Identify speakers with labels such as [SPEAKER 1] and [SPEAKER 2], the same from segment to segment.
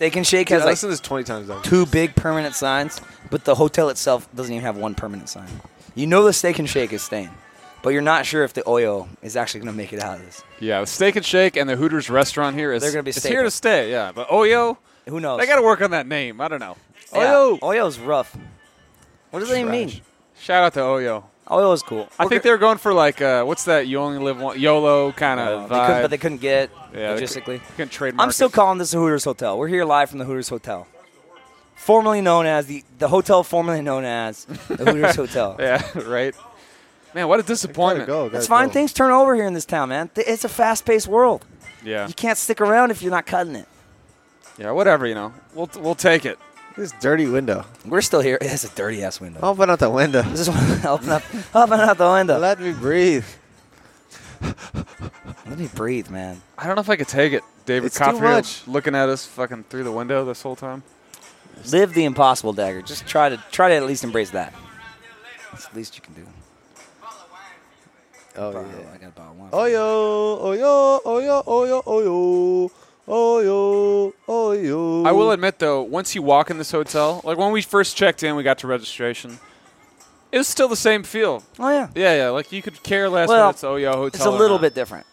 [SPEAKER 1] Steak and Shake
[SPEAKER 2] Dude,
[SPEAKER 1] has
[SPEAKER 2] I
[SPEAKER 1] like
[SPEAKER 2] listened to this twenty times now.
[SPEAKER 1] two big permanent signs, but the hotel itself doesn't even have one permanent sign. You know the Steak and Shake is staying, but you're not sure if the Oyo is actually going to make it out of this.
[SPEAKER 3] Yeah, the Steak and Shake and the Hooters restaurant here is
[SPEAKER 1] They're gonna be
[SPEAKER 3] it's
[SPEAKER 1] staples.
[SPEAKER 3] here to stay. Yeah, but Oyo,
[SPEAKER 1] Who knows?
[SPEAKER 3] they got to work on that name. I don't know.
[SPEAKER 1] yeah,
[SPEAKER 3] Oyo,
[SPEAKER 1] Oyo's rough. What does that even mean?
[SPEAKER 2] Trash.
[SPEAKER 3] shout out to Oyo.
[SPEAKER 1] Oyo is cool.
[SPEAKER 3] I think they're going for like uh, what's that? You only live one YOLO kind
[SPEAKER 1] Uh,
[SPEAKER 3] of
[SPEAKER 1] they could,
[SPEAKER 3] vibe.
[SPEAKER 1] but they couldn't get
[SPEAKER 3] yeah, they
[SPEAKER 1] logistically.
[SPEAKER 3] could- couldn't trademark.
[SPEAKER 1] I'm still
[SPEAKER 3] it.
[SPEAKER 1] calling this the Hooters Hotel. We're here live from the Hooters Hotel, formerly known as the the hotel formerly known as the Hooters Hotel.
[SPEAKER 3] Yeah, right. Man, what a
[SPEAKER 2] Gotta
[SPEAKER 3] disappointment.
[SPEAKER 2] go.
[SPEAKER 1] It's
[SPEAKER 2] gotta
[SPEAKER 1] fine.
[SPEAKER 2] go.
[SPEAKER 1] Things turn over here in this town, man. Th- It's a fast-paced world.
[SPEAKER 3] Yeah,
[SPEAKER 1] You can't stick around if you're not cutting it.
[SPEAKER 3] yeah, whatever. You know, we'll we'll take it.
[SPEAKER 2] This dirty window.
[SPEAKER 1] We're still here. It's a dirty-ass window.
[SPEAKER 2] Open out the window.
[SPEAKER 1] This is one. open up, open up the window. Let,
[SPEAKER 2] Oh. Let me breathe.
[SPEAKER 1] me breathe, man.
[SPEAKER 3] I don't know if I could take it. David
[SPEAKER 2] It's too
[SPEAKER 3] Copperfield
[SPEAKER 2] much.
[SPEAKER 3] looking at us fucking through the window this whole time.
[SPEAKER 1] Live the impossible dagger. Just try to try to at least embrace that. It's the least you can do.
[SPEAKER 2] Oh
[SPEAKER 1] Bottle-
[SPEAKER 2] yeah.
[SPEAKER 1] I got bottle one.
[SPEAKER 2] Oh yo, oh yo, oh yo, oh yo, oh yo, oh yo, oh yo.
[SPEAKER 3] I will admit though, once you walk in this hotel, like when we first checked in, we got to registration. It was still the same feel.
[SPEAKER 1] Oh yeah.
[SPEAKER 3] Yeah, yeah. Like you could care less
[SPEAKER 1] Well,
[SPEAKER 3] when it's Oyo Hotel.
[SPEAKER 1] It's a
[SPEAKER 3] or
[SPEAKER 1] little
[SPEAKER 3] not.
[SPEAKER 1] bit different.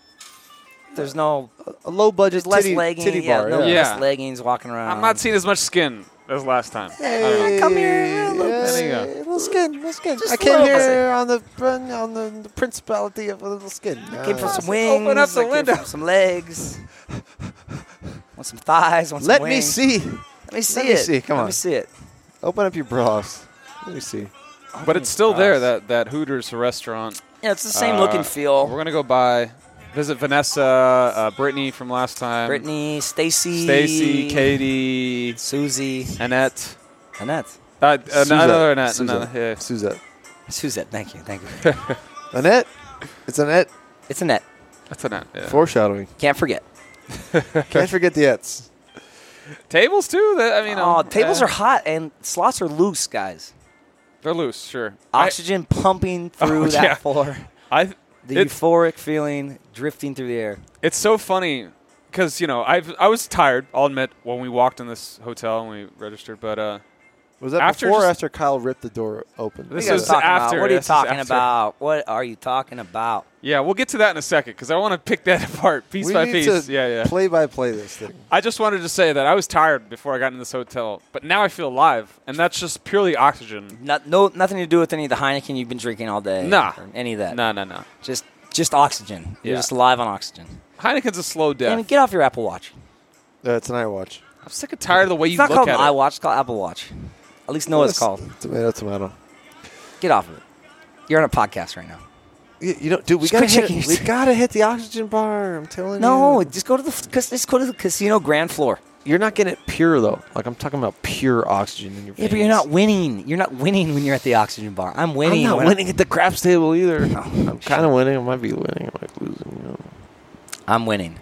[SPEAKER 1] There's no
[SPEAKER 2] a low budget
[SPEAKER 1] less
[SPEAKER 2] titty,
[SPEAKER 1] leggings.
[SPEAKER 2] titty
[SPEAKER 1] yeah,
[SPEAKER 2] bar.
[SPEAKER 1] no
[SPEAKER 3] yeah.
[SPEAKER 1] less
[SPEAKER 3] Yeah.
[SPEAKER 1] leggings walking around.
[SPEAKER 3] I'm not seeing as much skin as last time. I don't know.
[SPEAKER 2] Hey,
[SPEAKER 1] Come here, yeah, a little
[SPEAKER 2] yeah,
[SPEAKER 3] bit. There you go.
[SPEAKER 2] a little skin, little skin.
[SPEAKER 1] Just
[SPEAKER 2] I
[SPEAKER 1] a
[SPEAKER 2] came
[SPEAKER 1] little bit.
[SPEAKER 2] here on the prin- on the, the principality of a little skin. I
[SPEAKER 1] Came from some
[SPEAKER 3] Open
[SPEAKER 1] wings.
[SPEAKER 3] up the
[SPEAKER 1] I came
[SPEAKER 3] window.
[SPEAKER 1] From some legs. want some thighs? Want some
[SPEAKER 2] Let me
[SPEAKER 1] wings.
[SPEAKER 2] see.
[SPEAKER 1] Let me see
[SPEAKER 2] Let
[SPEAKER 1] it.
[SPEAKER 2] me see, come
[SPEAKER 1] Let
[SPEAKER 2] on.
[SPEAKER 1] me see it.
[SPEAKER 2] Open up your bras. Let me see.
[SPEAKER 3] But it's
[SPEAKER 1] Oh,
[SPEAKER 3] still there. That that Hooters restaurant.
[SPEAKER 1] Yeah, it's the same
[SPEAKER 3] Uh,
[SPEAKER 1] look and feel.
[SPEAKER 3] We're gonna go by, visit Vanessa, uh, Brittany from last time,
[SPEAKER 1] Brittany, Stacy,
[SPEAKER 3] Stacy, Katie,
[SPEAKER 1] Susie,
[SPEAKER 3] Annette.
[SPEAKER 1] Annette,
[SPEAKER 3] Uh, another Annette.
[SPEAKER 2] Suzette.
[SPEAKER 3] another- yeah.
[SPEAKER 2] Suzette.
[SPEAKER 1] Suzette. Thank you, thank you.
[SPEAKER 2] Annette. It's Annette.
[SPEAKER 1] it's Annette.
[SPEAKER 3] That's Annette. yeah.
[SPEAKER 2] Foreshadowing.
[SPEAKER 1] Can't forget.
[SPEAKER 2] Can't forget the ets.
[SPEAKER 3] Tables too. That, I mean,
[SPEAKER 1] Oh,
[SPEAKER 3] um,
[SPEAKER 1] tables
[SPEAKER 3] eh,
[SPEAKER 1] are hot and slots are loose, guys.
[SPEAKER 3] they're loose. Sure. I-
[SPEAKER 1] Oxygen pumping through
[SPEAKER 3] Oh,
[SPEAKER 1] that
[SPEAKER 3] yeah.
[SPEAKER 1] floor.
[SPEAKER 3] I,
[SPEAKER 1] The
[SPEAKER 3] it's,
[SPEAKER 1] euphoric feeling drifting through the air.
[SPEAKER 3] it's so funny because you know I've I was tired. I'll admit when we walked in this hotel and we registered, but uh,
[SPEAKER 2] Was that
[SPEAKER 3] After
[SPEAKER 2] before or
[SPEAKER 3] just-
[SPEAKER 2] after Kyle ripped the door open?
[SPEAKER 3] This
[SPEAKER 1] What are you
[SPEAKER 3] is
[SPEAKER 1] guys talking about?
[SPEAKER 3] after.
[SPEAKER 1] What are you
[SPEAKER 3] This is
[SPEAKER 1] talking
[SPEAKER 3] after.
[SPEAKER 1] about? What are you talking about?
[SPEAKER 3] yeah, we'll get to that in a second because I want to pick that apart piece
[SPEAKER 2] we
[SPEAKER 3] by
[SPEAKER 2] need
[SPEAKER 3] piece.
[SPEAKER 2] to
[SPEAKER 3] yeah, yeah.
[SPEAKER 2] play by play this thing.
[SPEAKER 3] I just wanted to say that I was tired before I got in this hotel, but now I feel alive, and that's just purely oxygen.
[SPEAKER 1] Not, no, nothing to do with any of the Heineken you've been drinking all day.
[SPEAKER 3] Nah.
[SPEAKER 1] or any of that.
[SPEAKER 3] No, no, no.
[SPEAKER 1] Just, just oxygen. You're
[SPEAKER 3] Yeah.
[SPEAKER 1] just alive on oxygen.
[SPEAKER 3] Heineken's a slow
[SPEAKER 1] I
[SPEAKER 3] death.
[SPEAKER 1] mean, get off your Apple Watch.
[SPEAKER 2] Uh, tonight watch.
[SPEAKER 3] I'm sick and tired of the way
[SPEAKER 1] It's
[SPEAKER 3] you
[SPEAKER 1] not
[SPEAKER 3] look
[SPEAKER 1] called an
[SPEAKER 3] at it.
[SPEAKER 1] iWatch. It's called Apple Watch. At least know what it's called.
[SPEAKER 2] Tomato, tomato.
[SPEAKER 1] Get off of it. You're on a podcast right now.
[SPEAKER 2] You, you know, dude, we
[SPEAKER 1] Just
[SPEAKER 2] gotta
[SPEAKER 1] quit
[SPEAKER 2] hit,
[SPEAKER 1] shaking your
[SPEAKER 2] we
[SPEAKER 1] stick.
[SPEAKER 2] gotta hit the oxygen bar. I'm telling
[SPEAKER 1] No,
[SPEAKER 2] you.
[SPEAKER 1] just go to the cas- just go to the casino grand floor.
[SPEAKER 2] you're not getting it pure though. Like I'm talking about pure oxygen in your.
[SPEAKER 1] Yeah, but you're not winning. You're not winning when you're at the oxygen bar. I'm
[SPEAKER 2] I'm
[SPEAKER 1] winning.
[SPEAKER 2] not
[SPEAKER 1] when
[SPEAKER 2] winning at the craps table either. I'm
[SPEAKER 1] shit.
[SPEAKER 2] kind of winning. I might be winning. I might be losing. You know.
[SPEAKER 1] I'm winning.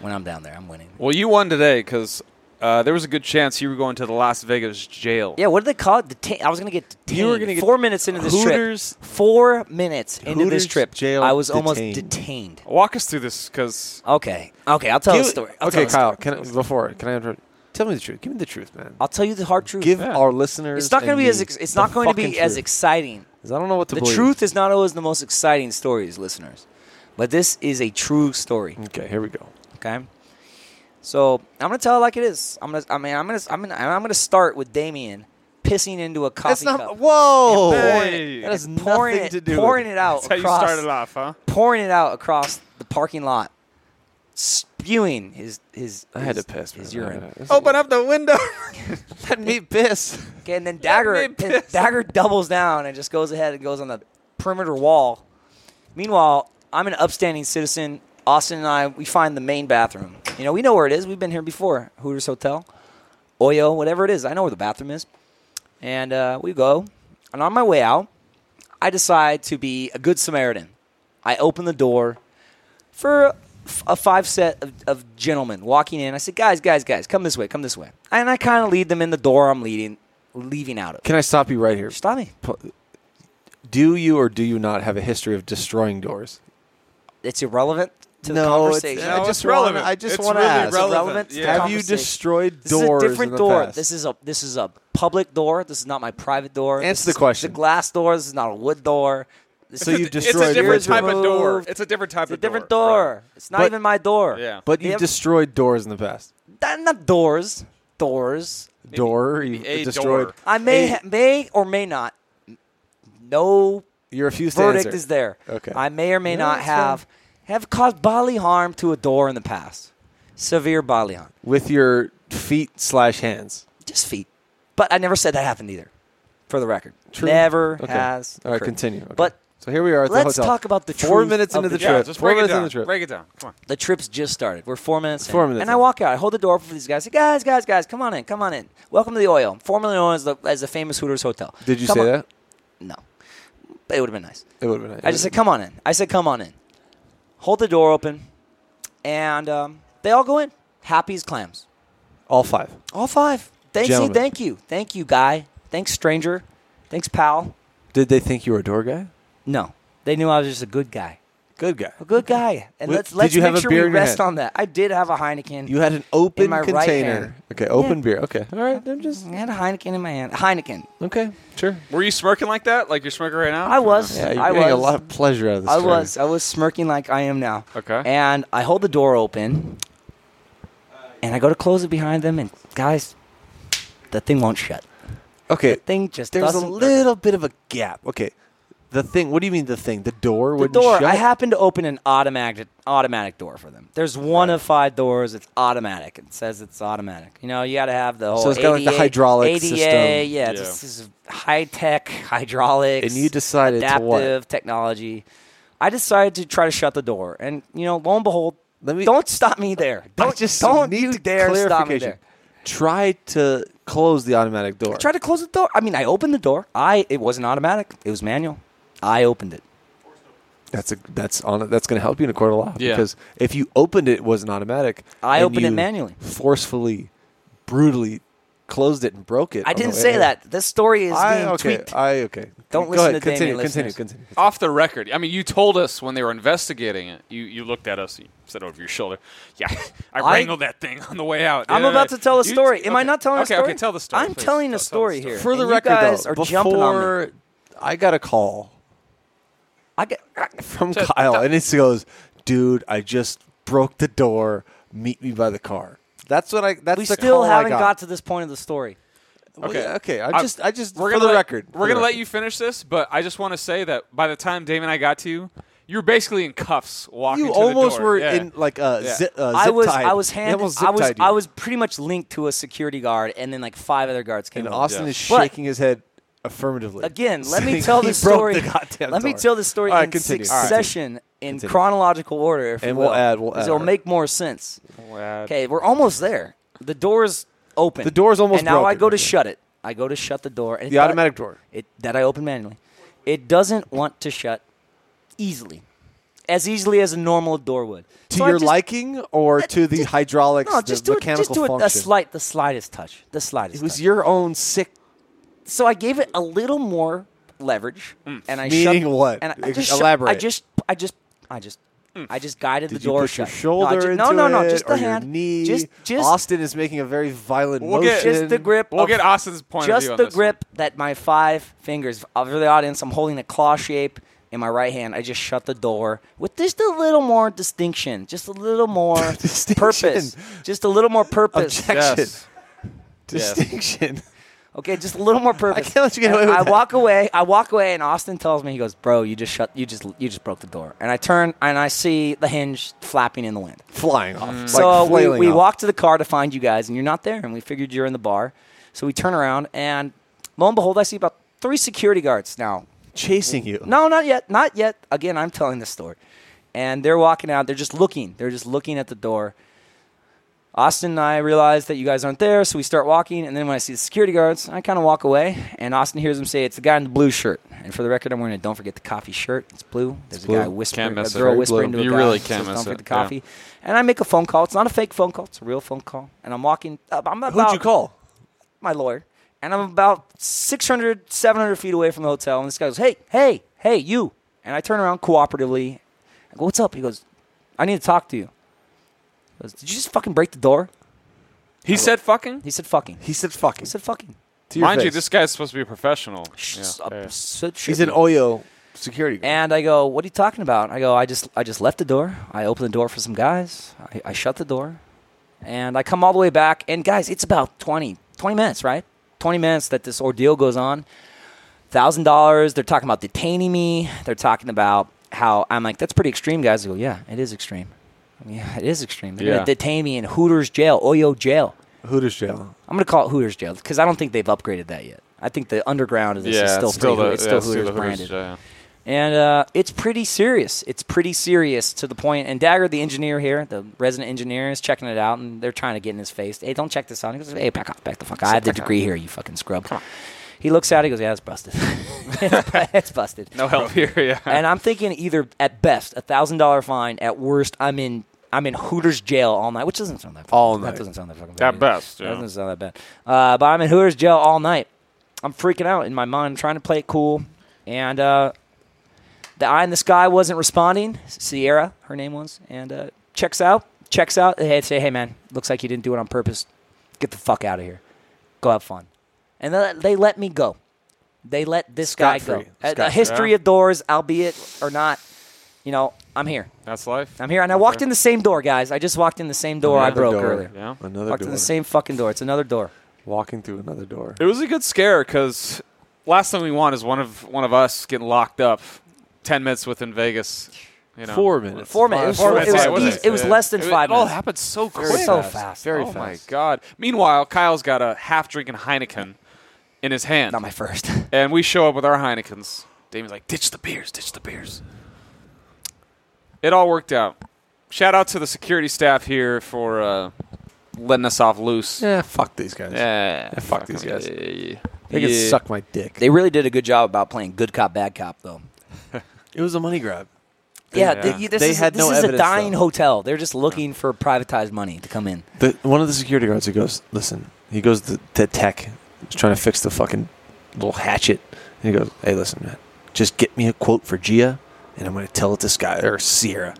[SPEAKER 1] When I'm down there, I'm winning.
[SPEAKER 3] Well, you won today because uh, there was a good chance you were going to the Las Vegas jail.
[SPEAKER 1] Yeah, what did they call it? Detain. I was gonna get detained.
[SPEAKER 3] You were gonna get
[SPEAKER 1] four minutes into this
[SPEAKER 3] Hooters-
[SPEAKER 1] trip. Four minutes into
[SPEAKER 2] Hooters
[SPEAKER 1] this trip,
[SPEAKER 2] jail
[SPEAKER 1] I was almost
[SPEAKER 2] detained.
[SPEAKER 1] detained.
[SPEAKER 3] Walk us through this because
[SPEAKER 1] Okay, okay, I'll tell
[SPEAKER 2] Give-
[SPEAKER 1] a story. I'll
[SPEAKER 2] okay,
[SPEAKER 1] tell a story.
[SPEAKER 2] Kyle. Can I, before can I interrupt? Tell me the truth. Give me the truth, man.
[SPEAKER 1] I'll tell you the hard truth.
[SPEAKER 2] Give
[SPEAKER 3] Yeah.
[SPEAKER 2] our listeners.
[SPEAKER 1] it's not gonna
[SPEAKER 2] and
[SPEAKER 1] be as
[SPEAKER 2] me
[SPEAKER 1] ex- it's
[SPEAKER 2] the
[SPEAKER 1] not going to be
[SPEAKER 2] fucking
[SPEAKER 1] as
[SPEAKER 2] truth.
[SPEAKER 1] exciting.
[SPEAKER 2] 'Cause I don't know what to
[SPEAKER 1] The
[SPEAKER 2] believe.
[SPEAKER 1] truth is not always the most exciting stories, listeners, but this is a true story.
[SPEAKER 2] Okay, here we go.
[SPEAKER 1] Okay. So I'm gonna tell it like it is. I'm gonna. I mean, I'm gonna. I'm gonna. I'm gonna start with Damien pissing into a coffee
[SPEAKER 2] That's not.
[SPEAKER 1] cup,
[SPEAKER 2] Whoa.
[SPEAKER 1] And pouring
[SPEAKER 3] Hey.
[SPEAKER 1] it,
[SPEAKER 2] That has
[SPEAKER 1] and pouring
[SPEAKER 2] nothing
[SPEAKER 1] it,
[SPEAKER 2] to do with
[SPEAKER 1] pouring
[SPEAKER 2] it.
[SPEAKER 1] it out
[SPEAKER 3] that's how you
[SPEAKER 1] across,
[SPEAKER 3] started off, huh?
[SPEAKER 1] pouring it out across the parking lot, spewing his his.
[SPEAKER 2] I had to
[SPEAKER 1] his-
[SPEAKER 2] piss.
[SPEAKER 1] His
[SPEAKER 2] man.
[SPEAKER 1] urine.
[SPEAKER 2] This is-
[SPEAKER 3] Open up the window.
[SPEAKER 2] Let me piss.
[SPEAKER 1] Okay, and then
[SPEAKER 3] me
[SPEAKER 1] Dagger
[SPEAKER 3] piss.
[SPEAKER 1] Dagger doubles down and just goes ahead and goes on the perimeter wall. Meanwhile, I'm an upstanding citizen. Austin and I we find the main bathroom. You know, we know where it is. We've been here before. Hooters Hotel, Oyo, whatever it is. I know where the bathroom is. And uh, we go. And on my way out, I decide to be a good Samaritan. I open the door for f- a five set of, of gentlemen walking in. I said, "Guys, guys, guys, come this way, come this way." And I kind of lead them in the door I'm leading, leaving out of.
[SPEAKER 2] Can I stop you right here?
[SPEAKER 1] Stop me!
[SPEAKER 2] Pu- Do you or do you not have a history of destroying doors?
[SPEAKER 1] It's irrelevant to the
[SPEAKER 2] No, it's-
[SPEAKER 1] conversation.
[SPEAKER 2] I
[SPEAKER 3] No,
[SPEAKER 2] just
[SPEAKER 3] it's relevant.
[SPEAKER 2] wanna- I just
[SPEAKER 3] It's
[SPEAKER 2] wanna
[SPEAKER 3] really
[SPEAKER 2] ask.
[SPEAKER 3] relevant.
[SPEAKER 1] Relevant to
[SPEAKER 3] Yeah.
[SPEAKER 2] Have you
[SPEAKER 1] Conversation.
[SPEAKER 2] destroyed
[SPEAKER 1] This is a
[SPEAKER 2] doors?
[SPEAKER 1] different
[SPEAKER 2] in the
[SPEAKER 1] door.
[SPEAKER 2] past?
[SPEAKER 1] This is a this is a public door. This is not my private door.
[SPEAKER 2] Answer
[SPEAKER 1] This
[SPEAKER 2] the
[SPEAKER 1] is
[SPEAKER 2] question.
[SPEAKER 1] a glass door. This is not a wood door. This
[SPEAKER 2] So
[SPEAKER 1] is
[SPEAKER 2] you
[SPEAKER 1] a,
[SPEAKER 3] It's
[SPEAKER 2] destroyed
[SPEAKER 3] a different
[SPEAKER 2] yours,
[SPEAKER 3] type of door.
[SPEAKER 1] removed.
[SPEAKER 3] It's a different type
[SPEAKER 1] it's a
[SPEAKER 3] of
[SPEAKER 1] different
[SPEAKER 3] door.
[SPEAKER 1] door. It's not
[SPEAKER 2] But-
[SPEAKER 1] even my door.
[SPEAKER 3] Yeah.
[SPEAKER 2] but
[SPEAKER 1] They
[SPEAKER 2] you
[SPEAKER 1] have-
[SPEAKER 2] destroyed doors in the past.
[SPEAKER 1] That- not doors. Doors.
[SPEAKER 2] Door, you
[SPEAKER 3] a
[SPEAKER 2] destroyed.
[SPEAKER 3] door.
[SPEAKER 1] I may
[SPEAKER 2] A-
[SPEAKER 1] ha- may or may not. No
[SPEAKER 2] You refused to
[SPEAKER 1] verdict
[SPEAKER 2] answer.
[SPEAKER 1] is there.
[SPEAKER 2] Okay.
[SPEAKER 1] I may or may
[SPEAKER 2] Yeah,
[SPEAKER 1] not
[SPEAKER 2] that's
[SPEAKER 1] have have caused bodily harm to a door in the past. Severe bodily harm.
[SPEAKER 2] with your feet slash hands.
[SPEAKER 1] Just feet. But I never said that happened either. For the record.
[SPEAKER 2] True.
[SPEAKER 1] Never
[SPEAKER 2] Okay.
[SPEAKER 1] has.
[SPEAKER 2] All right,
[SPEAKER 1] occurred.
[SPEAKER 2] continue. Okay.
[SPEAKER 1] But
[SPEAKER 2] So here we are at the
[SPEAKER 1] let's
[SPEAKER 2] hotel.
[SPEAKER 1] talk about the
[SPEAKER 2] Four
[SPEAKER 1] truth
[SPEAKER 2] minutes
[SPEAKER 1] of
[SPEAKER 2] into
[SPEAKER 1] the
[SPEAKER 2] the
[SPEAKER 1] joke.
[SPEAKER 2] trip.
[SPEAKER 3] Yeah, just
[SPEAKER 2] Four
[SPEAKER 3] break it
[SPEAKER 2] minutes into
[SPEAKER 3] down.
[SPEAKER 2] the trip.
[SPEAKER 3] Break it down. Come on.
[SPEAKER 1] the trip's just started. We're four minutes.
[SPEAKER 2] Four
[SPEAKER 1] in.
[SPEAKER 2] minutes
[SPEAKER 1] And
[SPEAKER 2] in.
[SPEAKER 1] I walk out. I hold the door open for these guys. I say, guys, guys, guys, come on in, come on in. Welcome to the Oil, formerly known as the as the famous Hooters Hotel.
[SPEAKER 2] Did you
[SPEAKER 1] Come
[SPEAKER 2] say
[SPEAKER 1] on-
[SPEAKER 2] that?
[SPEAKER 1] No, but it would have been nice.
[SPEAKER 2] It would have been.
[SPEAKER 1] I just said, come on in. I said, come on in. Hold the door open, and um, they all go in, happy as clams.
[SPEAKER 2] all five.
[SPEAKER 1] All five. Thanks,
[SPEAKER 2] Gentlemen.
[SPEAKER 1] thank you, thank you, guy. Thanks, stranger. Thanks, pal.
[SPEAKER 2] Did they think you were a door guy?
[SPEAKER 1] No, they knew I was just a good guy.
[SPEAKER 2] Good guy.
[SPEAKER 1] A good guy. And
[SPEAKER 2] Wh-
[SPEAKER 1] let's
[SPEAKER 2] did
[SPEAKER 1] let's
[SPEAKER 2] you
[SPEAKER 1] make
[SPEAKER 2] have a
[SPEAKER 1] sure
[SPEAKER 2] beer
[SPEAKER 1] we
[SPEAKER 2] in your
[SPEAKER 1] rest
[SPEAKER 2] hand?
[SPEAKER 1] on that. I did have a Heineken.
[SPEAKER 2] You had an open
[SPEAKER 1] In my right
[SPEAKER 2] container.
[SPEAKER 1] hand.
[SPEAKER 2] okay, open
[SPEAKER 1] Yeah.
[SPEAKER 2] beer. Okay, all right. I'm just
[SPEAKER 1] I had a Heineken in my hand. Heineken.
[SPEAKER 2] okay. Sure.
[SPEAKER 3] Were you smirking like that? Like you're smirking right now?
[SPEAKER 1] I was.
[SPEAKER 2] Yeah, you're
[SPEAKER 1] I
[SPEAKER 2] getting a
[SPEAKER 1] was.
[SPEAKER 2] lot of pleasure out of this.
[SPEAKER 1] I
[SPEAKER 2] story.
[SPEAKER 1] was. I was smirking like I am now.
[SPEAKER 3] Okay.
[SPEAKER 1] And I hold the door open, and I go to close it behind them, and guys, the thing won't shut.
[SPEAKER 2] Okay.
[SPEAKER 1] Thing just
[SPEAKER 2] There's a
[SPEAKER 1] doesn't-
[SPEAKER 2] little bit of a gap. Okay. The thing. What do you mean the thing? The door
[SPEAKER 1] The
[SPEAKER 2] wouldn't
[SPEAKER 1] door.
[SPEAKER 2] shut.
[SPEAKER 1] I happen to open an automatic automatic door for them. There's one of five doors. It's automatic. It says it's automatic. You know, you got to have the whole.
[SPEAKER 2] it's got, like, the
[SPEAKER 1] ADA
[SPEAKER 2] hydraulic
[SPEAKER 1] ADA,
[SPEAKER 2] system.
[SPEAKER 1] Yeah,
[SPEAKER 3] Yeah.
[SPEAKER 1] it's This is high tech hydraulics.
[SPEAKER 2] And you decided to
[SPEAKER 1] adaptive
[SPEAKER 2] what?
[SPEAKER 1] technology. I decided to try to shut the door, and you know, lo and behold,
[SPEAKER 2] Let me-
[SPEAKER 1] don't stop me there.
[SPEAKER 2] I
[SPEAKER 1] Don't
[SPEAKER 2] just
[SPEAKER 1] don't
[SPEAKER 2] need
[SPEAKER 1] you
[SPEAKER 2] to
[SPEAKER 1] dare stop me
[SPEAKER 2] clarification.
[SPEAKER 1] there.
[SPEAKER 2] Try to close the automatic door.
[SPEAKER 1] I tried to close the door. I mean, I opened the door. I it wasn't automatic. It was manual. I opened it.
[SPEAKER 2] Oh, That's a that's on that's going to help you in a court of law
[SPEAKER 3] Yeah.
[SPEAKER 2] because if you opened it, it wasn't automatic.
[SPEAKER 1] I
[SPEAKER 2] and
[SPEAKER 1] opened it
[SPEAKER 2] you
[SPEAKER 1] manually.
[SPEAKER 2] forcefully, brutally closed it and broke it.
[SPEAKER 1] I
[SPEAKER 2] on the
[SPEAKER 1] didn't
[SPEAKER 2] way
[SPEAKER 1] say
[SPEAKER 2] out.
[SPEAKER 1] that. This story is
[SPEAKER 2] I
[SPEAKER 1] being
[SPEAKER 2] okay.
[SPEAKER 1] tweaked.
[SPEAKER 2] I okay.
[SPEAKER 1] Don't
[SPEAKER 2] Go
[SPEAKER 1] listen
[SPEAKER 2] ahead,
[SPEAKER 1] to Damien,
[SPEAKER 2] continue, continue,
[SPEAKER 1] listeners.
[SPEAKER 2] continue.
[SPEAKER 3] off the record. I mean, you told us when they were investigating it. You you looked at us. You said over your shoulder, "Yeah, I,
[SPEAKER 1] I-
[SPEAKER 3] wrangled that thing on the way out."
[SPEAKER 1] I'm
[SPEAKER 3] Yeah,
[SPEAKER 1] about to tell a
[SPEAKER 3] you-
[SPEAKER 1] story. Am I
[SPEAKER 3] okay.
[SPEAKER 1] not telling
[SPEAKER 3] okay,
[SPEAKER 1] a story?
[SPEAKER 3] Okay, tell the story.
[SPEAKER 1] I'm
[SPEAKER 3] please.
[SPEAKER 1] telling
[SPEAKER 3] Tell-
[SPEAKER 1] a
[SPEAKER 3] tell
[SPEAKER 1] story here.
[SPEAKER 2] For the
[SPEAKER 1] and you
[SPEAKER 2] record,
[SPEAKER 1] guys
[SPEAKER 2] though,
[SPEAKER 1] are
[SPEAKER 2] before
[SPEAKER 1] jumping on me.
[SPEAKER 2] I got a call
[SPEAKER 1] I get, I-
[SPEAKER 2] from
[SPEAKER 3] To-
[SPEAKER 2] Kyle,
[SPEAKER 3] to-
[SPEAKER 2] and it goes, "Dude, I just broke the door. Meet me by the car." That's what I. That's
[SPEAKER 1] we
[SPEAKER 2] the
[SPEAKER 1] still
[SPEAKER 2] call I
[SPEAKER 1] haven't got.
[SPEAKER 2] got.
[SPEAKER 1] to this point of the story.
[SPEAKER 2] Well,
[SPEAKER 3] Okay.
[SPEAKER 2] yeah, okay.
[SPEAKER 3] I-
[SPEAKER 2] I just, I just.
[SPEAKER 3] Uh, We're
[SPEAKER 2] for
[SPEAKER 3] gonna
[SPEAKER 2] the
[SPEAKER 3] let-
[SPEAKER 2] record,
[SPEAKER 3] We're gonna let you finish this, but I just want to say that by the time Dave and I got to you, you were basically in cuffs walking.
[SPEAKER 2] You
[SPEAKER 3] to the
[SPEAKER 2] almost
[SPEAKER 3] door.
[SPEAKER 2] were
[SPEAKER 3] Yeah.
[SPEAKER 2] in like a
[SPEAKER 3] Yeah.
[SPEAKER 2] zip. Uh,
[SPEAKER 1] I
[SPEAKER 2] zip
[SPEAKER 1] was
[SPEAKER 2] tied.
[SPEAKER 1] I was
[SPEAKER 2] They
[SPEAKER 1] handed
[SPEAKER 2] almost zip
[SPEAKER 1] I was
[SPEAKER 2] tied you.
[SPEAKER 1] I was pretty much linked to a security guard, and then like five other guards came.
[SPEAKER 2] And
[SPEAKER 1] along.
[SPEAKER 2] Austin
[SPEAKER 3] Yeah.
[SPEAKER 2] is
[SPEAKER 1] But-
[SPEAKER 2] shaking his head affirmatively.
[SPEAKER 1] Again, let me
[SPEAKER 2] saying
[SPEAKER 1] tell
[SPEAKER 2] he
[SPEAKER 1] this
[SPEAKER 2] broke
[SPEAKER 1] story.
[SPEAKER 2] the goddamn
[SPEAKER 1] let me
[SPEAKER 2] door.
[SPEAKER 1] tell this story
[SPEAKER 2] All right,
[SPEAKER 1] in
[SPEAKER 2] continue. All right.
[SPEAKER 1] succession in
[SPEAKER 2] Continue.
[SPEAKER 1] chronological order, if
[SPEAKER 2] And
[SPEAKER 1] you
[SPEAKER 2] we'll
[SPEAKER 1] will,
[SPEAKER 2] add- we'll
[SPEAKER 1] 'cause
[SPEAKER 2] add
[SPEAKER 1] it'll
[SPEAKER 2] our-
[SPEAKER 1] make more sense.
[SPEAKER 3] Wow.
[SPEAKER 1] Okay, we're almost there. The door's open.
[SPEAKER 2] The door's almost
[SPEAKER 1] And now I
[SPEAKER 2] broken.
[SPEAKER 1] go to
[SPEAKER 2] Okay.
[SPEAKER 1] shut it. I go to shut the door. And it
[SPEAKER 2] The
[SPEAKER 1] does-
[SPEAKER 2] automatic door.
[SPEAKER 1] It that I open manually. It doesn't want to shut easily, as easily as a normal door would.
[SPEAKER 2] To
[SPEAKER 1] So I
[SPEAKER 2] your
[SPEAKER 1] just-
[SPEAKER 2] liking or to the hydraulics,
[SPEAKER 1] No, just do
[SPEAKER 2] the
[SPEAKER 1] it.
[SPEAKER 2] mechanical
[SPEAKER 1] Just do it
[SPEAKER 2] function?
[SPEAKER 1] a slight, the slightest touch, the slightest.
[SPEAKER 2] it was
[SPEAKER 1] touch.
[SPEAKER 2] your own sick.
[SPEAKER 1] so I gave it a little more leverage,
[SPEAKER 3] Mm.
[SPEAKER 1] and I
[SPEAKER 2] Meaning
[SPEAKER 1] shut,
[SPEAKER 2] what?
[SPEAKER 1] And I
[SPEAKER 2] Ex-
[SPEAKER 1] just shut- I
[SPEAKER 2] elaborate.
[SPEAKER 1] just, I just, I just.
[SPEAKER 3] Mm.
[SPEAKER 1] I just guided
[SPEAKER 2] Did
[SPEAKER 1] the door
[SPEAKER 2] you put
[SPEAKER 1] shut.
[SPEAKER 2] your shoulder
[SPEAKER 1] no, I ju-
[SPEAKER 2] into
[SPEAKER 1] no, no, no,
[SPEAKER 2] it
[SPEAKER 1] just
[SPEAKER 2] or
[SPEAKER 1] the
[SPEAKER 2] your
[SPEAKER 1] hand.
[SPEAKER 2] knee?
[SPEAKER 1] Just, just
[SPEAKER 2] Austin is making a very violent
[SPEAKER 3] We'll get-
[SPEAKER 2] motion.
[SPEAKER 1] just the grip.
[SPEAKER 3] We'll
[SPEAKER 1] of-
[SPEAKER 3] get Austin's point of
[SPEAKER 1] Just
[SPEAKER 3] view on
[SPEAKER 1] the
[SPEAKER 3] this
[SPEAKER 1] grip that my five fingers. uh, For the audience, I'm holding a claw shape in my right hand. I just shut the door with just a little more distinction, just a little more
[SPEAKER 2] Distinction.
[SPEAKER 1] purpose, just a little more purpose.
[SPEAKER 2] Objection.
[SPEAKER 3] Yes. Yes.
[SPEAKER 2] Distinction.
[SPEAKER 1] Okay, just a little more purpose.
[SPEAKER 2] can't let you get
[SPEAKER 1] And
[SPEAKER 2] away with
[SPEAKER 1] I
[SPEAKER 2] that.
[SPEAKER 1] walk away. I walk away, and Austin tells me, he goes, "Bro, you just shut. You just you just broke the door." And I turn and I see the hinge flapping in the wind.
[SPEAKER 2] Flying off. Like
[SPEAKER 1] Mm. so we,
[SPEAKER 2] flailing
[SPEAKER 1] we
[SPEAKER 2] off.
[SPEAKER 1] walked to the car to find you guys, and you're not there. And we figured you're in the bar, so we turn around, and lo and behold, I see about three security guards now.
[SPEAKER 2] chasing you.
[SPEAKER 1] No, not yet, not yet. Again, I'm telling this story, and they're walking out. They're just looking. They're just looking at the door. Austin and I realize that you guys aren't there, so we start walking. And then when I see the security guards, I kind of walk away. And Austin hears them say, "It's the guy in the blue shirt." And for the record, I'm wearing a "Don't forget the coffee" shirt. It's blue. There's
[SPEAKER 2] blue.
[SPEAKER 1] a guy whispering,
[SPEAKER 3] Can't
[SPEAKER 1] a
[SPEAKER 3] miss it.
[SPEAKER 1] girl
[SPEAKER 2] Very
[SPEAKER 1] whispering
[SPEAKER 2] blue.
[SPEAKER 1] to a
[SPEAKER 3] You
[SPEAKER 1] guy.
[SPEAKER 3] really
[SPEAKER 1] She
[SPEAKER 3] can't
[SPEAKER 1] says,
[SPEAKER 3] miss
[SPEAKER 1] "Don't forget
[SPEAKER 3] it."
[SPEAKER 1] the coffee." And I make a phone call. It's not a fake phone call. It's a real phone call. And I'm walking. Up. I'm about
[SPEAKER 2] Who'd you call?
[SPEAKER 1] my lawyer, and I'm about 600, 700 feet away from the hotel. And this guy goes, Hey, hey, hey, you. And I turn around cooperatively. I go, What's up? He goes, I need to talk to you. I goes, Did you just fucking break the door?
[SPEAKER 3] He said fucking.
[SPEAKER 1] He said, fucking.
[SPEAKER 2] He said
[SPEAKER 1] I
[SPEAKER 2] fucking.
[SPEAKER 1] said, fucking.
[SPEAKER 2] To your
[SPEAKER 3] Mind you,
[SPEAKER 2] face.
[SPEAKER 3] this guy's supposed to be a professional. Yeah.
[SPEAKER 1] S- up-
[SPEAKER 3] Yeah.
[SPEAKER 1] so
[SPEAKER 2] He's
[SPEAKER 1] trippy.
[SPEAKER 2] an Oyo security guard.
[SPEAKER 1] And I go, "What are you talking about?" I go, "I just I just left the door. I opened the door for some guys. I, I shut the door, and I come all the way back. And guys, it's about 20, 20 minutes, right? Twenty minutes that this ordeal goes on. Thousand dollars. They're talking about detaining me. They're talking about how I'm like, "That's pretty extreme, guys." They go, "Yeah, it is extreme. I mean, yeah, it is extreme. They're
[SPEAKER 3] Yeah.
[SPEAKER 1] gonna detain me in Hooters jail, Oyo jail.
[SPEAKER 2] Hooters jail.
[SPEAKER 1] I'm gonna call it Hooters jail because I don't think they've upgraded that yet. I think the underground of this
[SPEAKER 3] Yeah,
[SPEAKER 1] is still,
[SPEAKER 3] it's still
[SPEAKER 1] pretty,
[SPEAKER 3] the-
[SPEAKER 1] it's
[SPEAKER 3] yeah,
[SPEAKER 1] still
[SPEAKER 3] it's still
[SPEAKER 1] Hooters
[SPEAKER 3] the Hooters
[SPEAKER 1] branded.
[SPEAKER 3] jail, yeah.
[SPEAKER 1] And uh, it's pretty serious. It's pretty serious to the point. And Dagger, the engineer here, the resident engineer, is checking it out, and they're trying to get in his face. Hey, don't check this out. He goes, Hey, back off, back the fuck. out. I have the degree here, you fucking scrub. He looks at it. He goes, Yeah, it's busted. it's busted.
[SPEAKER 3] No help here. Yeah.
[SPEAKER 1] And I'm thinking either at best a thousand dollar fine, at worst I'm in I'm in Hooters jail all night, which doesn't sound that fucking-
[SPEAKER 2] All
[SPEAKER 1] That
[SPEAKER 2] night.
[SPEAKER 1] doesn't sound that fucking bad.
[SPEAKER 3] At
[SPEAKER 1] either.
[SPEAKER 3] best,
[SPEAKER 1] That
[SPEAKER 3] yeah.
[SPEAKER 1] doesn't sound that bad. Uh, but I'm in Hooters jail all night. I'm freaking out in my mind, trying to play it cool, and uh, the eye in the sky wasn't responding. Sierra, her name was, and uh, checks out, checks out. They say, "Hey, man, looks like you didn't do it on purpose. Get the fuck out of here. Go have fun." And they, they let me go. They let this guy
[SPEAKER 2] Scot-free.
[SPEAKER 1] go. A- A,
[SPEAKER 2] Scot-free.
[SPEAKER 1] history
[SPEAKER 3] Yeah.
[SPEAKER 1] of doors, albeit or not, you know, I'm here.
[SPEAKER 3] That's life.
[SPEAKER 1] I'm here, and I walked in the same door, guys. I just walked in the same door I
[SPEAKER 2] Another
[SPEAKER 1] broke
[SPEAKER 2] door.
[SPEAKER 1] earlier.
[SPEAKER 3] Yeah.
[SPEAKER 2] Another
[SPEAKER 1] Walked in
[SPEAKER 2] door.
[SPEAKER 1] the same fucking door. It's another door.
[SPEAKER 2] Walking through another door.
[SPEAKER 3] It was a good scare because last thing we want is one of one of us getting locked up ten minutes within Vegas. You know,
[SPEAKER 2] Four minutes.
[SPEAKER 1] Four minutes.
[SPEAKER 3] Four
[SPEAKER 1] It was,
[SPEAKER 3] minutes,
[SPEAKER 1] it was,
[SPEAKER 3] yeah, wasn't
[SPEAKER 1] eas- it was less than
[SPEAKER 3] It-
[SPEAKER 1] five
[SPEAKER 3] It all
[SPEAKER 1] minutes.
[SPEAKER 3] happened so quick.
[SPEAKER 1] so fast.
[SPEAKER 2] Very
[SPEAKER 3] oh
[SPEAKER 2] fast.
[SPEAKER 3] my god! Meanwhile, Kyle's got a half-drinking Heineken in his hand,
[SPEAKER 1] Not my first.
[SPEAKER 3] and we show up with our Heinekens. Damon's like, "Ditch the beers, ditch the beers." It all worked out. Shout out to the security staff here for uh, letting us off loose.
[SPEAKER 2] Yeah, fuck these guys.
[SPEAKER 3] Yeah,
[SPEAKER 2] fuck these guys.
[SPEAKER 3] Yeah.
[SPEAKER 2] They can suck my dick.
[SPEAKER 1] they really did a good job about playing good cop, bad cop, though.
[SPEAKER 2] it was a money grab.
[SPEAKER 1] Yeah,
[SPEAKER 3] Yeah.
[SPEAKER 1] th- you- this
[SPEAKER 2] They
[SPEAKER 1] is,
[SPEAKER 2] had
[SPEAKER 1] this
[SPEAKER 2] no
[SPEAKER 1] is a
[SPEAKER 2] evidence,
[SPEAKER 1] dying
[SPEAKER 2] though.
[SPEAKER 1] hotel. They're just looking for privatized money to come in.
[SPEAKER 2] The, one of the security guards, he goes, listen, he goes to, to tech, he's trying to fix the fucking little hatchet. And he goes, hey, listen, man, just get me a quote for Gia, and I'm going to tell it to Sky or Sierra.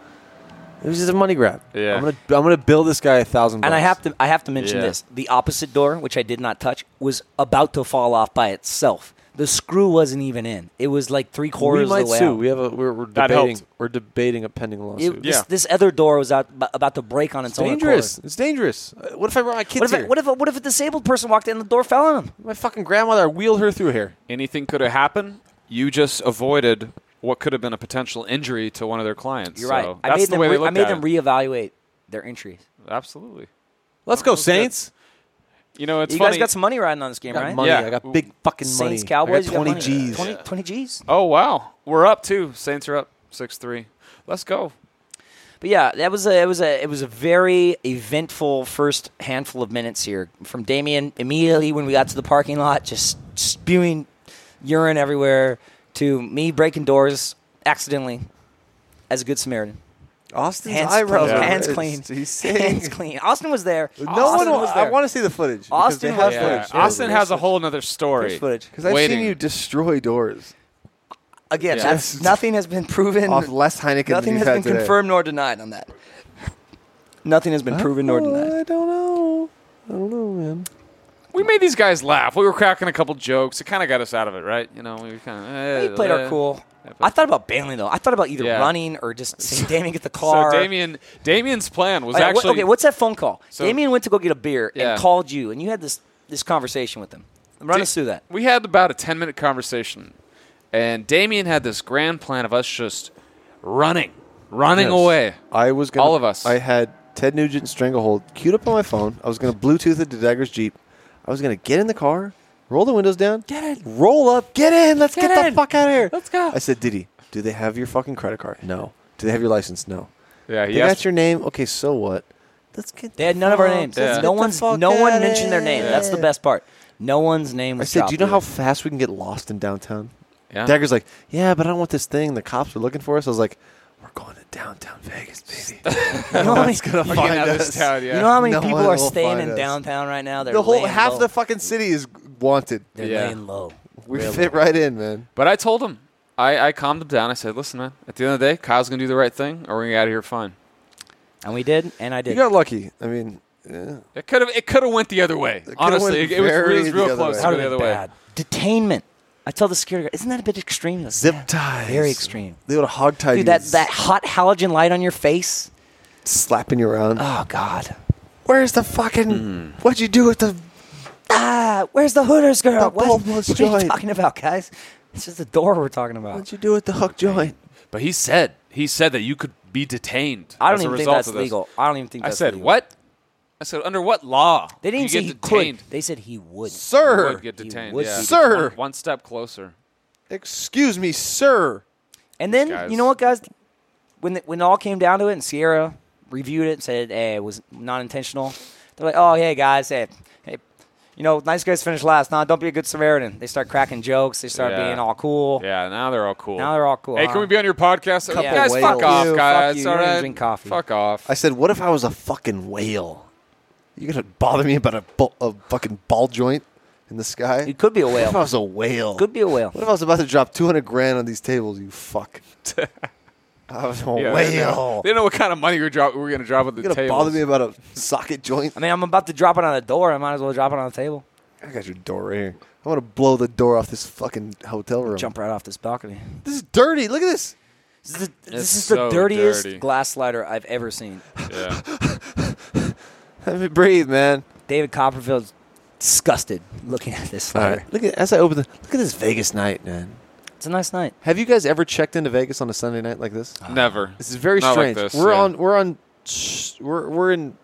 [SPEAKER 2] It was just a money grab.
[SPEAKER 3] Yeah.
[SPEAKER 2] I'm gonna I'm gonna bill this guy a thousand.
[SPEAKER 1] And I have to I have to mention
[SPEAKER 3] Yeah.
[SPEAKER 1] this. The opposite door, which I did not touch, was about to fall off by itself. The screw wasn't even in. It was like three
[SPEAKER 2] We
[SPEAKER 1] quarters
[SPEAKER 2] might
[SPEAKER 1] of the way
[SPEAKER 2] sue.
[SPEAKER 1] out.
[SPEAKER 2] We have a we're, we're
[SPEAKER 3] That
[SPEAKER 2] debating
[SPEAKER 3] helped.
[SPEAKER 2] we're debating a pending
[SPEAKER 1] It-
[SPEAKER 2] lawsuit.
[SPEAKER 1] this,
[SPEAKER 3] Yeah.
[SPEAKER 1] this other door was out b- about to break on its,
[SPEAKER 2] It's
[SPEAKER 1] own.
[SPEAKER 2] dangerous.
[SPEAKER 1] accord.
[SPEAKER 2] It's dangerous. Uh, What if I brought my
[SPEAKER 1] What
[SPEAKER 2] kids
[SPEAKER 1] if, a,
[SPEAKER 2] here?
[SPEAKER 1] what if a, what if a disabled person walked in and the door fell on him?
[SPEAKER 2] my fucking grandmother? I wheeled her through here.
[SPEAKER 3] anything could have happened. You just avoided what could have been a potential injury to one of their clients.
[SPEAKER 1] You're
[SPEAKER 3] So
[SPEAKER 1] right. I
[SPEAKER 3] that's
[SPEAKER 1] made
[SPEAKER 3] the
[SPEAKER 1] them
[SPEAKER 3] way
[SPEAKER 1] re-
[SPEAKER 3] they looked
[SPEAKER 1] I made
[SPEAKER 3] at
[SPEAKER 1] them
[SPEAKER 3] it.
[SPEAKER 1] reevaluate their entries.
[SPEAKER 3] Absolutely.
[SPEAKER 2] Let's go
[SPEAKER 3] Sounds good.
[SPEAKER 2] Saints.
[SPEAKER 3] You know, it's
[SPEAKER 1] you
[SPEAKER 3] funny.
[SPEAKER 1] guys got some money riding on this game,
[SPEAKER 2] I got
[SPEAKER 1] right?
[SPEAKER 2] money.
[SPEAKER 3] Yeah.
[SPEAKER 2] I got big fucking money.
[SPEAKER 1] Saints, Cowboys,
[SPEAKER 2] I
[SPEAKER 1] you
[SPEAKER 2] got
[SPEAKER 1] got
[SPEAKER 2] 20
[SPEAKER 1] money?
[SPEAKER 2] G's.
[SPEAKER 1] 20, 20 G's.
[SPEAKER 3] oh wow, we're up too. Saints are up six three. Let's go.
[SPEAKER 1] But yeah, that was a it was a it was a very eventful first handful of minutes here from Damien immediately when we got to the parking lot, just spewing urine everywhere, to me breaking doors accidentally as a good Samaritan.
[SPEAKER 2] Austin's
[SPEAKER 1] Hands,
[SPEAKER 2] eyebrows.
[SPEAKER 1] clean.
[SPEAKER 2] are
[SPEAKER 1] hands
[SPEAKER 2] raised.
[SPEAKER 1] clean, hands
[SPEAKER 2] He's saying.
[SPEAKER 1] clean. Austin was there.
[SPEAKER 2] No
[SPEAKER 1] Austin
[SPEAKER 2] one.
[SPEAKER 1] was
[SPEAKER 2] I
[SPEAKER 1] there.
[SPEAKER 2] want to see the footage. because they
[SPEAKER 1] Austin
[SPEAKER 2] have
[SPEAKER 1] was-
[SPEAKER 2] footage.
[SPEAKER 1] Yeah.
[SPEAKER 3] Austin has a whole another story.
[SPEAKER 1] There's footage.
[SPEAKER 2] Because I've
[SPEAKER 3] waiting.
[SPEAKER 2] seen you destroy doors
[SPEAKER 1] Again,
[SPEAKER 3] Yeah.
[SPEAKER 1] that's,
[SPEAKER 2] Yes.
[SPEAKER 1] nothing has been proven.
[SPEAKER 2] off less
[SPEAKER 1] Nothing
[SPEAKER 2] Heineken than
[SPEAKER 1] has
[SPEAKER 2] you've
[SPEAKER 1] been
[SPEAKER 2] had today.
[SPEAKER 1] confirmed nor denied on that. Nothing has been proven nor denied.
[SPEAKER 2] Oh, I don't know. I don't know, man.
[SPEAKER 3] We made these guys laugh. We were cracking a couple jokes. It kind of got us out of it, right? You know, we eh, were kind of.
[SPEAKER 1] We played our cool. I thought about bailing though. I thought about either
[SPEAKER 3] Yeah.
[SPEAKER 1] running or just saying, "Damien, get the
[SPEAKER 3] So
[SPEAKER 1] car."
[SPEAKER 3] Damien, Damien's plan was
[SPEAKER 1] Oh, yeah, what-
[SPEAKER 3] actually
[SPEAKER 1] okay, what's that phone call?
[SPEAKER 3] So-
[SPEAKER 1] Damien went to go get a beer
[SPEAKER 3] Yeah.
[SPEAKER 1] and called you, and you had this this conversation with him. Run
[SPEAKER 3] Da-
[SPEAKER 1] us through that.
[SPEAKER 3] We had about a 10 minute conversation, and Damien had this grand plan of us just running, running
[SPEAKER 2] Yes.
[SPEAKER 3] away.
[SPEAKER 2] I was gonna,
[SPEAKER 3] All of us.
[SPEAKER 2] I had Ted Nugent stranglehold queued up on my phone. I was going to Bluetooth it to Dagger's Jeep. I was going to get in the car, roll the windows down,
[SPEAKER 1] Get in.
[SPEAKER 2] roll up, get in. Let's
[SPEAKER 1] Get
[SPEAKER 2] get,
[SPEAKER 1] in.
[SPEAKER 2] the fuck out of here.
[SPEAKER 1] Let's go.
[SPEAKER 2] I said, Diddy, do they have your fucking credit card? No. Do they have your license? No.
[SPEAKER 3] Yeah,
[SPEAKER 2] They
[SPEAKER 3] he asked
[SPEAKER 2] got your name. Okay, so what? Let's get.
[SPEAKER 1] They had none of our names.
[SPEAKER 3] Yeah.
[SPEAKER 1] No
[SPEAKER 2] Get the
[SPEAKER 1] one's
[SPEAKER 2] fuck
[SPEAKER 1] no one
[SPEAKER 2] outta
[SPEAKER 1] mentioned their name.
[SPEAKER 2] here.
[SPEAKER 1] That's the best part. No one's name
[SPEAKER 2] I
[SPEAKER 1] was.
[SPEAKER 2] said, do you know
[SPEAKER 1] dropped
[SPEAKER 2] how fast we can get lost in downtown?
[SPEAKER 3] Yeah.
[SPEAKER 2] Dagger's like, yeah, but I don't want this thing. The cops are looking for us. I was like, we're going to downtown Vegas, baby.
[SPEAKER 1] either. You know how many-
[SPEAKER 3] We're getting out of this town, yeah.
[SPEAKER 1] You know how many
[SPEAKER 2] No
[SPEAKER 1] people
[SPEAKER 2] one
[SPEAKER 1] are
[SPEAKER 2] will
[SPEAKER 1] staying
[SPEAKER 2] find
[SPEAKER 1] in
[SPEAKER 2] us.
[SPEAKER 1] downtown right now? They're
[SPEAKER 2] the whole
[SPEAKER 1] laying
[SPEAKER 2] half
[SPEAKER 1] low.
[SPEAKER 2] the fucking city is wanted.
[SPEAKER 1] They're
[SPEAKER 3] Yeah.
[SPEAKER 1] laying low.
[SPEAKER 2] We
[SPEAKER 1] Really.
[SPEAKER 2] fit right in, man.
[SPEAKER 3] but I told him, I, I calmed him down. I said, listen, man, at the end of the day, Kyle's going to do the right thing, or we're going to get out of here fine.
[SPEAKER 1] And we did, and I
[SPEAKER 2] You
[SPEAKER 1] did.
[SPEAKER 2] got lucky. I mean, yeah.
[SPEAKER 3] It could have. It could have went the other way.
[SPEAKER 2] could've
[SPEAKER 3] Honestly,
[SPEAKER 2] went
[SPEAKER 3] it, was, it was
[SPEAKER 2] very
[SPEAKER 3] real
[SPEAKER 2] the other
[SPEAKER 3] close
[SPEAKER 2] way.
[SPEAKER 3] to
[SPEAKER 1] That
[SPEAKER 3] go
[SPEAKER 1] would've been
[SPEAKER 3] the other way.
[SPEAKER 1] bad. Detainment. I tell the security guard, isn't that a bit extreme? He goes,
[SPEAKER 2] zip
[SPEAKER 1] "Yeah,
[SPEAKER 2] ties.
[SPEAKER 1] Very extreme.
[SPEAKER 2] They would have hogtied you,
[SPEAKER 1] Dude, that, that hot halogen light on your face.
[SPEAKER 2] slapping you around.
[SPEAKER 1] Oh, God.
[SPEAKER 2] Where's the fucking?
[SPEAKER 1] Hmm.
[SPEAKER 2] What'd you do with the?
[SPEAKER 1] Ah, where's the Hooters girl?
[SPEAKER 2] The
[SPEAKER 1] what
[SPEAKER 2] bulbous
[SPEAKER 1] what are you
[SPEAKER 2] joint.
[SPEAKER 1] talking about, guys? It's just the door we're talking about.
[SPEAKER 2] What'd you do with the hook joint?
[SPEAKER 3] But he said he said that you could be detained.
[SPEAKER 1] I don't
[SPEAKER 3] as a
[SPEAKER 1] even think
[SPEAKER 3] result
[SPEAKER 1] that's
[SPEAKER 3] of this.
[SPEAKER 1] legal. I don't even think
[SPEAKER 3] I
[SPEAKER 1] that's
[SPEAKER 3] said
[SPEAKER 1] legal.
[SPEAKER 3] what? I said under what law?
[SPEAKER 1] They didn't
[SPEAKER 3] you
[SPEAKER 1] say
[SPEAKER 3] get
[SPEAKER 1] he
[SPEAKER 3] detained.
[SPEAKER 1] could. They said he would.
[SPEAKER 3] You
[SPEAKER 2] Sir,
[SPEAKER 3] would get
[SPEAKER 1] He
[SPEAKER 3] detained.
[SPEAKER 1] would
[SPEAKER 3] yeah.
[SPEAKER 1] be
[SPEAKER 2] Sir.
[SPEAKER 3] one, one step closer.
[SPEAKER 2] excuse me, sir.
[SPEAKER 1] And then
[SPEAKER 3] guys.
[SPEAKER 1] you know what, guys? When it- when it all came down to it, and Sierra reviewed it and said, "Hey, it was not intentional." They're like, "Oh, hey guys, hey, hey, you know, nice guys finished last. Now don't be a good Samaritan." They start cracking jokes. They start
[SPEAKER 3] Yeah.
[SPEAKER 1] being all cool.
[SPEAKER 3] Yeah, now they're all cool.
[SPEAKER 1] Now they're all cool.
[SPEAKER 3] Hey,
[SPEAKER 1] huh?
[SPEAKER 3] can we be on your podcast?
[SPEAKER 1] Couple
[SPEAKER 3] guys,
[SPEAKER 2] whales.
[SPEAKER 3] fuck off,
[SPEAKER 2] You,
[SPEAKER 3] guys.
[SPEAKER 1] fuck you.
[SPEAKER 3] All
[SPEAKER 1] You don't
[SPEAKER 3] right,
[SPEAKER 1] even drink coffee.
[SPEAKER 3] Fuck off.
[SPEAKER 2] I said, what if I was a fucking whale? You gonna bother me about a, bu- a fucking ball joint in the sky?
[SPEAKER 1] It could be a
[SPEAKER 2] What if I
[SPEAKER 1] whale.
[SPEAKER 2] was a whale?
[SPEAKER 1] could be a whale.
[SPEAKER 2] What if I was about to drop 200 grand on these tables, you fuck? I was a
[SPEAKER 3] Yeah, They didn't know,
[SPEAKER 2] whale.
[SPEAKER 3] they didn't know what kind of money we were, drop, we were going to drop at the
[SPEAKER 2] You're going to
[SPEAKER 3] table.
[SPEAKER 2] bother me about a socket joint?
[SPEAKER 1] I mean, I'm about to drop it on the door. I might as well drop it on the table.
[SPEAKER 2] I got your door right here. I want to blow the door off this fucking hotel room.
[SPEAKER 1] Jump right off this balcony.
[SPEAKER 2] This is dirty. Look at this.
[SPEAKER 1] This is, the-
[SPEAKER 3] It's
[SPEAKER 1] this is
[SPEAKER 3] so
[SPEAKER 1] the dirtiest
[SPEAKER 3] dirty.
[SPEAKER 1] glass slider I've ever seen.
[SPEAKER 3] Yeah.
[SPEAKER 2] Let me breathe, man.
[SPEAKER 1] David Copperfield's disgusted looking at this
[SPEAKER 2] All
[SPEAKER 1] slider.
[SPEAKER 2] right. Look at as I open the. Look at this Vegas night, man.
[SPEAKER 1] It's a nice night.
[SPEAKER 2] Have you guys ever checked into Vegas on a Sunday night like this?
[SPEAKER 3] Never.
[SPEAKER 2] This is very
[SPEAKER 3] Not like
[SPEAKER 2] strange.
[SPEAKER 3] this,
[SPEAKER 2] we're
[SPEAKER 3] yeah.
[SPEAKER 2] on. We're on. s- We're we're in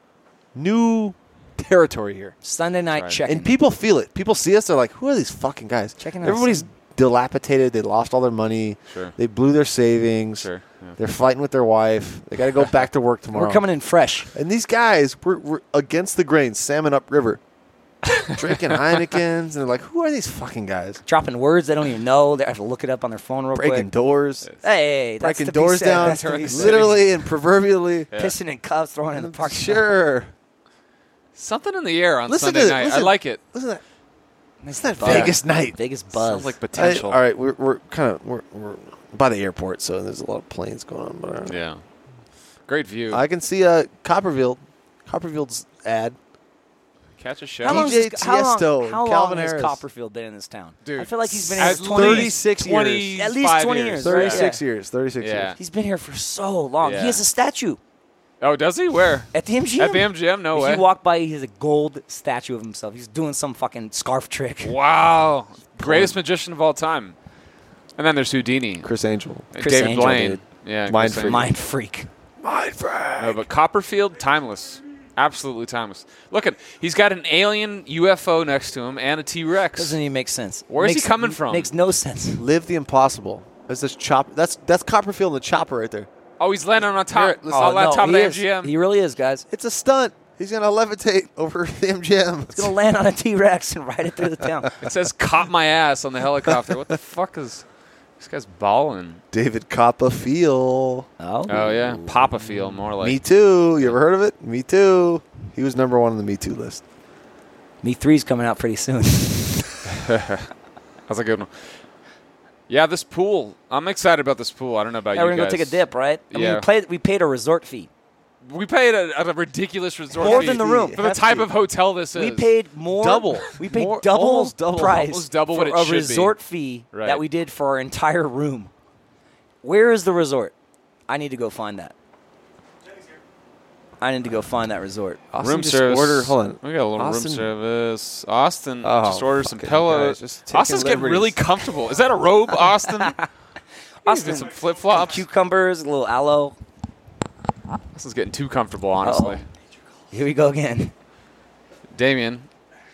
[SPEAKER 2] new territory here,
[SPEAKER 1] Sunday night
[SPEAKER 3] right.
[SPEAKER 1] check.
[SPEAKER 2] and people feel it. People see us. They're like, "Who are these fucking guys?"
[SPEAKER 1] Checking out
[SPEAKER 2] Everybody's
[SPEAKER 1] some-
[SPEAKER 2] dilapidated. They lost all their money.
[SPEAKER 3] Sure.
[SPEAKER 2] They blew their savings.
[SPEAKER 3] Sure. Yeah.
[SPEAKER 2] They're fighting with their wife. They got to go back to work tomorrow.
[SPEAKER 1] We're coming in fresh.
[SPEAKER 2] And these guys were, were against the grain, salmon upriver, drinking Heinekens, and they're like, "Who are these fucking guys?"
[SPEAKER 1] Dropping words they don't even know. They have to look it up on their phone real
[SPEAKER 2] Breaking
[SPEAKER 1] quick.
[SPEAKER 2] doors,
[SPEAKER 1] Hey, that's
[SPEAKER 2] breaking
[SPEAKER 1] to be
[SPEAKER 2] doors
[SPEAKER 1] said.
[SPEAKER 2] down,
[SPEAKER 1] That's to be said.
[SPEAKER 2] literally and proverbially.
[SPEAKER 3] Yeah.
[SPEAKER 1] pissing in cups, throwing
[SPEAKER 3] Mm,
[SPEAKER 1] in the parking lot.
[SPEAKER 2] Sure.
[SPEAKER 3] Something in the air on
[SPEAKER 2] Listen
[SPEAKER 3] Sunday
[SPEAKER 2] to this.
[SPEAKER 3] night. I
[SPEAKER 2] Listen.
[SPEAKER 3] like it.
[SPEAKER 2] Listen to that.
[SPEAKER 1] Nice
[SPEAKER 2] It's that
[SPEAKER 1] buzz.
[SPEAKER 2] Vegas night.
[SPEAKER 1] Vegas buzz.
[SPEAKER 3] Sounds like
[SPEAKER 2] I-
[SPEAKER 3] potential.
[SPEAKER 2] all right, we're, we're kind of we're, we're by the airport, so there's a lot of planes going on. But uh,
[SPEAKER 3] Yeah. Great view.
[SPEAKER 2] I can see uh, Copperfield, Copperfield's ad.
[SPEAKER 3] Catch a show.
[SPEAKER 1] how long,
[SPEAKER 2] DJ
[SPEAKER 1] has- how long,
[SPEAKER 2] Tiesto,
[SPEAKER 1] how long
[SPEAKER 2] Calvin
[SPEAKER 1] has
[SPEAKER 2] Harris.
[SPEAKER 1] Copperfield been in this town? I
[SPEAKER 3] Dude,
[SPEAKER 1] feel like he's been here
[SPEAKER 3] At
[SPEAKER 1] for 20
[SPEAKER 2] least-
[SPEAKER 1] years.
[SPEAKER 2] 36 years.
[SPEAKER 3] 20,
[SPEAKER 1] At least 20 years, right?
[SPEAKER 3] Thirty six.
[SPEAKER 2] 36 years, 36
[SPEAKER 3] Yeah.
[SPEAKER 2] years.
[SPEAKER 1] He's been here for so long.
[SPEAKER 3] Yeah.
[SPEAKER 1] He has a statue
[SPEAKER 3] Oh, does he? Where?
[SPEAKER 1] at the MGM.
[SPEAKER 3] At the MGM? No
[SPEAKER 1] if
[SPEAKER 3] way.
[SPEAKER 1] you walk by, he has a gold statue of himself. He's doing some fucking scarf trick.
[SPEAKER 3] wow. Greatest magician of all time. And then there's Houdini.
[SPEAKER 2] Chris Angel.
[SPEAKER 1] Chris
[SPEAKER 3] David
[SPEAKER 1] Angel,
[SPEAKER 3] Blaine.
[SPEAKER 2] dude.
[SPEAKER 3] Yeah.
[SPEAKER 2] Mind
[SPEAKER 3] Chris
[SPEAKER 2] freak.
[SPEAKER 3] Angel.
[SPEAKER 1] Mind freak.
[SPEAKER 2] My friend.
[SPEAKER 3] No, but Copperfield, timeless. Absolutely timeless. Look at he's got an alien UFO next to him and a T Rex.
[SPEAKER 1] Doesn't even make sense.
[SPEAKER 3] Where is he
[SPEAKER 1] Makes-
[SPEAKER 3] coming from?
[SPEAKER 1] Makes no sense.
[SPEAKER 2] Live the impossible. That's this chop. That's that's Copperfield and the chopper right there.
[SPEAKER 3] Oh, he's landing on top,
[SPEAKER 2] Here, listen.
[SPEAKER 3] on
[SPEAKER 1] no,
[SPEAKER 3] top of the
[SPEAKER 1] he is.
[SPEAKER 3] MGM.
[SPEAKER 1] He really is, guys.
[SPEAKER 2] It's a stunt. He's gonna levitate over the MGM.
[SPEAKER 1] It's gonna land on a T Rex and ride it through the town.
[SPEAKER 3] It says "caught my ass" on the helicopter. What the fuck is this guy's balling?
[SPEAKER 2] David Copperfield.
[SPEAKER 1] Oh,
[SPEAKER 3] Oh yeah, Papa feel more like.
[SPEAKER 2] Me too. You ever heard of it? Me too. He was number one on the Me Too list.
[SPEAKER 1] Me three's coming out pretty soon.
[SPEAKER 3] That's a good one. Yeah, this pool. I'm excited about this pool. I don't know about
[SPEAKER 1] yeah,
[SPEAKER 3] you
[SPEAKER 1] we're gonna
[SPEAKER 3] guys.
[SPEAKER 1] go take a dip, right? I mean,
[SPEAKER 3] Yeah.
[SPEAKER 1] we played. We paid a resort fee
[SPEAKER 3] We paid a, a ridiculous resort
[SPEAKER 1] more
[SPEAKER 3] fee
[SPEAKER 1] than the
[SPEAKER 2] fee.
[SPEAKER 1] room.
[SPEAKER 3] for the type of hotel this is.
[SPEAKER 1] we paid more.
[SPEAKER 2] Double.
[SPEAKER 1] We paid
[SPEAKER 2] More-
[SPEAKER 1] double,
[SPEAKER 2] almost double.
[SPEAKER 1] price.
[SPEAKER 3] Almost double
[SPEAKER 1] for
[SPEAKER 3] what it
[SPEAKER 1] a
[SPEAKER 3] should be.
[SPEAKER 1] resort fee
[SPEAKER 3] Right.
[SPEAKER 1] that we did for our entire room. Where is the resort? I need to go find that. I need to go find that resort.
[SPEAKER 2] Austin
[SPEAKER 3] room
[SPEAKER 2] just
[SPEAKER 3] service.
[SPEAKER 2] Order, hold on.
[SPEAKER 3] We got a little
[SPEAKER 2] Austin-
[SPEAKER 3] room service. Austin
[SPEAKER 2] Oh,
[SPEAKER 3] just order some
[SPEAKER 2] fucking
[SPEAKER 3] pillows.
[SPEAKER 2] guys, just taking
[SPEAKER 3] Austin's getting
[SPEAKER 2] liberties.
[SPEAKER 3] really comfortable. Is that a robe, Austin? Austin,
[SPEAKER 1] Austin,
[SPEAKER 3] some flip flops.
[SPEAKER 1] cucumbers, a little aloe.
[SPEAKER 3] Austin's getting too comfortable, honestly.
[SPEAKER 1] Here we go again.
[SPEAKER 3] Damien,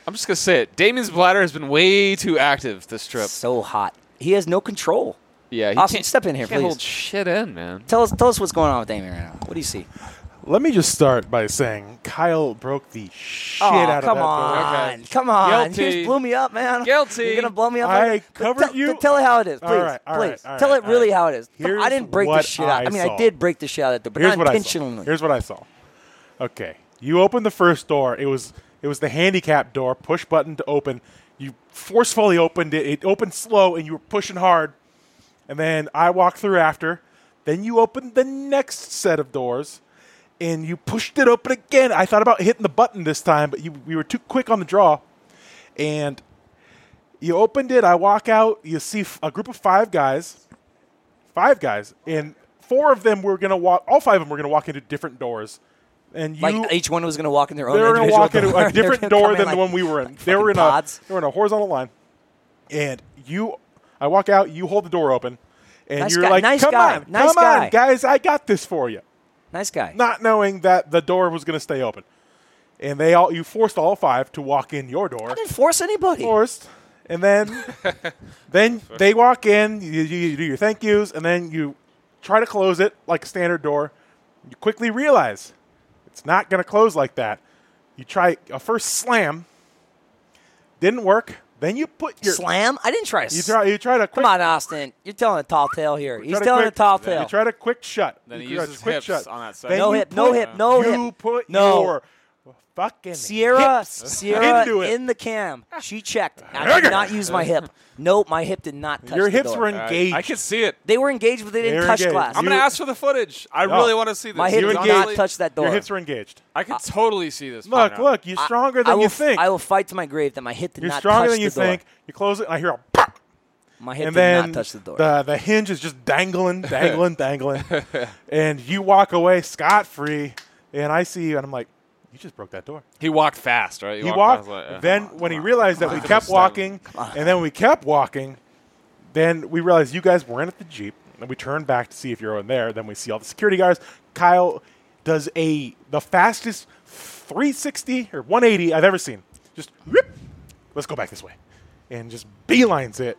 [SPEAKER 3] I'm just gonna say it. Damien's bladder has been way too active this trip.
[SPEAKER 1] So hot. He has no control.
[SPEAKER 3] Yeah, he
[SPEAKER 1] Austin,
[SPEAKER 3] can't,
[SPEAKER 1] step in here,
[SPEAKER 3] can't
[SPEAKER 1] please.
[SPEAKER 3] hold shit in, man.
[SPEAKER 1] Tell us, tell us what's going on with Damien right now. What do you see?
[SPEAKER 4] Let me just start by saying Kyle broke the shit
[SPEAKER 1] oh,
[SPEAKER 4] out of
[SPEAKER 1] come
[SPEAKER 4] that. building.
[SPEAKER 1] on,
[SPEAKER 3] Okay.
[SPEAKER 1] come on! You
[SPEAKER 3] Guilty.
[SPEAKER 1] just blew me up, man.
[SPEAKER 3] Guilty.
[SPEAKER 1] You're gonna blow me up.
[SPEAKER 4] I
[SPEAKER 1] like- but
[SPEAKER 4] covered
[SPEAKER 1] tell,
[SPEAKER 4] you-
[SPEAKER 1] but Tell it how it is, please.
[SPEAKER 4] All right, all right,
[SPEAKER 1] please
[SPEAKER 4] all
[SPEAKER 1] tell
[SPEAKER 4] right,
[SPEAKER 1] it really
[SPEAKER 4] all
[SPEAKER 1] how
[SPEAKER 4] right.
[SPEAKER 1] it is. I
[SPEAKER 4] Here's
[SPEAKER 1] didn't break
[SPEAKER 4] what
[SPEAKER 1] the shit out.
[SPEAKER 4] I
[SPEAKER 1] I mean, I
[SPEAKER 4] saw.
[SPEAKER 1] did break the shit out of it, but
[SPEAKER 4] Here's
[SPEAKER 1] not
[SPEAKER 4] what I
[SPEAKER 1] intentionally.
[SPEAKER 4] saw. Here's what I saw. Okay, you open the first door. It was it was the handicap door, push button to open. You forcefully opened it. It opened slow, and you were pushing hard. And then I walked through after. Then you opened the next set of doors, and you pushed it open again. I thought about hitting the button this time, but you, we were too quick on the draw. And you opened it. I walk out. You see f- a group of five guys, five guys, and four of them were gonna walk. All five of them were gonna walk into different doors. And you,
[SPEAKER 1] like each one was going to walk in their own.
[SPEAKER 4] they were going to
[SPEAKER 1] individual
[SPEAKER 4] walk into
[SPEAKER 1] door.
[SPEAKER 4] a
[SPEAKER 1] They were
[SPEAKER 4] different
[SPEAKER 1] gonna
[SPEAKER 4] door
[SPEAKER 1] come in
[SPEAKER 4] than
[SPEAKER 1] like-
[SPEAKER 4] the one we were in.
[SPEAKER 1] like
[SPEAKER 4] they were
[SPEAKER 1] fucking
[SPEAKER 4] in
[SPEAKER 1] pods.
[SPEAKER 4] a they were in a horizontal line, and you, I walk out. You hold the door open, and
[SPEAKER 1] Nice
[SPEAKER 4] you're
[SPEAKER 1] guy-
[SPEAKER 4] like,
[SPEAKER 1] nice
[SPEAKER 4] "Come
[SPEAKER 1] guy,
[SPEAKER 4] on,
[SPEAKER 1] nice
[SPEAKER 4] come
[SPEAKER 1] guy."
[SPEAKER 4] on, guys, I got this for you."
[SPEAKER 1] Nice guy.
[SPEAKER 4] Not knowing that the door was going to stay open, and they all you forced all five to walk in your door
[SPEAKER 1] I didn't force anybody.
[SPEAKER 4] forced, and then then they walk in. You, you, you do your thank yous, and then you try to close it like a standard door. You quickly realize it's not going to close like that. You try a first slam, didn't work. Then you put your
[SPEAKER 1] Slam? I didn't try. To
[SPEAKER 4] you try you try to quick,
[SPEAKER 1] Come on, Austin. You're telling a tall tale here.
[SPEAKER 4] try
[SPEAKER 1] He's
[SPEAKER 4] to
[SPEAKER 1] telling
[SPEAKER 4] quick-
[SPEAKER 1] a tall
[SPEAKER 4] You
[SPEAKER 1] tale.
[SPEAKER 4] try to quick shut.
[SPEAKER 3] Then he
[SPEAKER 4] You try
[SPEAKER 3] uses
[SPEAKER 4] to quick
[SPEAKER 3] hips
[SPEAKER 4] shut.
[SPEAKER 3] on that side.
[SPEAKER 4] Then
[SPEAKER 1] No
[SPEAKER 4] you
[SPEAKER 1] hip, no
[SPEAKER 4] put-
[SPEAKER 1] hip, no
[SPEAKER 4] You
[SPEAKER 1] hip.
[SPEAKER 4] put
[SPEAKER 1] No.
[SPEAKER 4] your fucking
[SPEAKER 1] Sierra,
[SPEAKER 4] hips
[SPEAKER 1] Sierra
[SPEAKER 4] into it.
[SPEAKER 1] in the cam. She checked. I did not use my hip. Nope, my hip did not touch
[SPEAKER 4] your
[SPEAKER 1] the
[SPEAKER 4] hips
[SPEAKER 1] door.
[SPEAKER 4] were
[SPEAKER 3] I-
[SPEAKER 4] engaged.
[SPEAKER 3] I can see it.
[SPEAKER 1] They were engaged, but they
[SPEAKER 4] They
[SPEAKER 1] didn't
[SPEAKER 4] were
[SPEAKER 1] touch
[SPEAKER 4] engaged.
[SPEAKER 1] glass.
[SPEAKER 3] I'm
[SPEAKER 4] You-
[SPEAKER 3] gonna ask for the footage. I
[SPEAKER 4] No.
[SPEAKER 3] really want to see this.
[SPEAKER 1] my hip
[SPEAKER 4] you
[SPEAKER 1] did not
[SPEAKER 4] engaged.
[SPEAKER 1] touch that door.
[SPEAKER 4] Your hips were engaged.
[SPEAKER 3] I can totally see this. by
[SPEAKER 4] Look,
[SPEAKER 3] now.
[SPEAKER 4] look, you're stronger
[SPEAKER 1] I
[SPEAKER 4] than
[SPEAKER 1] will,
[SPEAKER 4] you
[SPEAKER 1] f-
[SPEAKER 4] think.
[SPEAKER 1] I will fight to my grave that my hip did
[SPEAKER 4] you're
[SPEAKER 1] not
[SPEAKER 4] stronger
[SPEAKER 1] touch
[SPEAKER 4] than you
[SPEAKER 1] the door.
[SPEAKER 4] think. You close it, and I hear a pop,
[SPEAKER 1] My hip
[SPEAKER 4] and
[SPEAKER 1] did
[SPEAKER 4] then
[SPEAKER 1] not touch the door.
[SPEAKER 4] the the hinge is just dangling, dangling, dangling, and you walk away scot free. And I see you, and I'm like, you just broke that door.
[SPEAKER 3] He walked fast, right?
[SPEAKER 4] He
[SPEAKER 3] fast,
[SPEAKER 4] walked.
[SPEAKER 3] like, uh, yeah.
[SPEAKER 4] then when he realized that we kept walking, and then we kept walking, then we realized you guys weren't at the jeep, and we turned back to see if you're in there. Then we see all the security guards. Kyle does a the fastest 360 or 180 I've ever seen. Just whoop, let's go back this way, and just beelines it,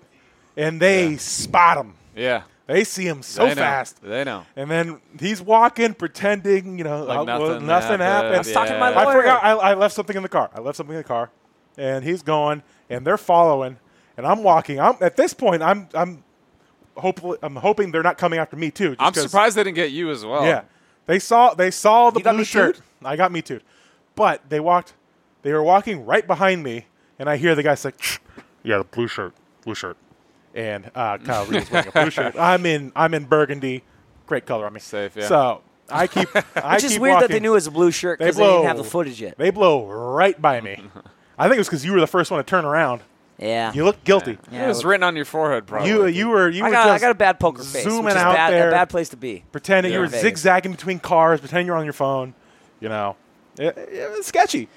[SPEAKER 4] and they spot him.
[SPEAKER 3] yeah,
[SPEAKER 4] They see him so
[SPEAKER 3] They know.
[SPEAKER 4] fast.
[SPEAKER 3] They know.
[SPEAKER 4] And then he's walking, pretending, you know,
[SPEAKER 3] Like
[SPEAKER 4] uh, well,
[SPEAKER 3] nothing
[SPEAKER 4] nothing
[SPEAKER 3] happened.
[SPEAKER 4] happened.
[SPEAKER 3] I was talking to
[SPEAKER 1] my
[SPEAKER 4] I
[SPEAKER 1] lawyer.
[SPEAKER 4] forgot. I, I left something in the car. I left something in the car, and he's going, and they're following, and I'm walking. I'm at this point. I'm I'm hopefully I'm hoping they're not coming after me too. just
[SPEAKER 3] I'm
[SPEAKER 4] 'cause-
[SPEAKER 3] surprised they didn't get you as well.
[SPEAKER 4] Yeah, they saw they saw the
[SPEAKER 1] You got
[SPEAKER 4] blue
[SPEAKER 1] me
[SPEAKER 4] shirt.
[SPEAKER 1] too'd?
[SPEAKER 4] I got me too, but they walked. They were walking right behind me, and I hear the guy say, "Yeah, the blue shirt, blue shirt." And uh, Kyle Reed was wearing a blue shirt. I'm in I'm in burgundy, great color on me.
[SPEAKER 3] Safe, yeah.
[SPEAKER 4] So I keep. I
[SPEAKER 1] It's just
[SPEAKER 4] keep
[SPEAKER 1] weird that
[SPEAKER 4] walking.
[SPEAKER 1] they knew it was a blue shirt
[SPEAKER 4] They
[SPEAKER 1] because they, didn't have
[SPEAKER 4] blow.
[SPEAKER 1] the footage yet.
[SPEAKER 4] They blow right by me. I think it was because you were the first one to turn around.
[SPEAKER 1] Yeah.
[SPEAKER 4] You look guilty.
[SPEAKER 1] Yeah,
[SPEAKER 3] it was
[SPEAKER 1] it
[SPEAKER 3] written on your forehead, probably.
[SPEAKER 4] You uh, you were you
[SPEAKER 1] I
[SPEAKER 4] were
[SPEAKER 1] got, I
[SPEAKER 4] just
[SPEAKER 1] got a bad poker face.
[SPEAKER 4] zooming
[SPEAKER 1] which is
[SPEAKER 4] out
[SPEAKER 1] bad,
[SPEAKER 4] there.
[SPEAKER 1] A bad place to be.
[SPEAKER 4] pretending
[SPEAKER 1] Yeah.
[SPEAKER 4] you were
[SPEAKER 1] Vegas.
[SPEAKER 4] zigzagging between cars, pretending you're on your phone. You know, it, it was sketchy.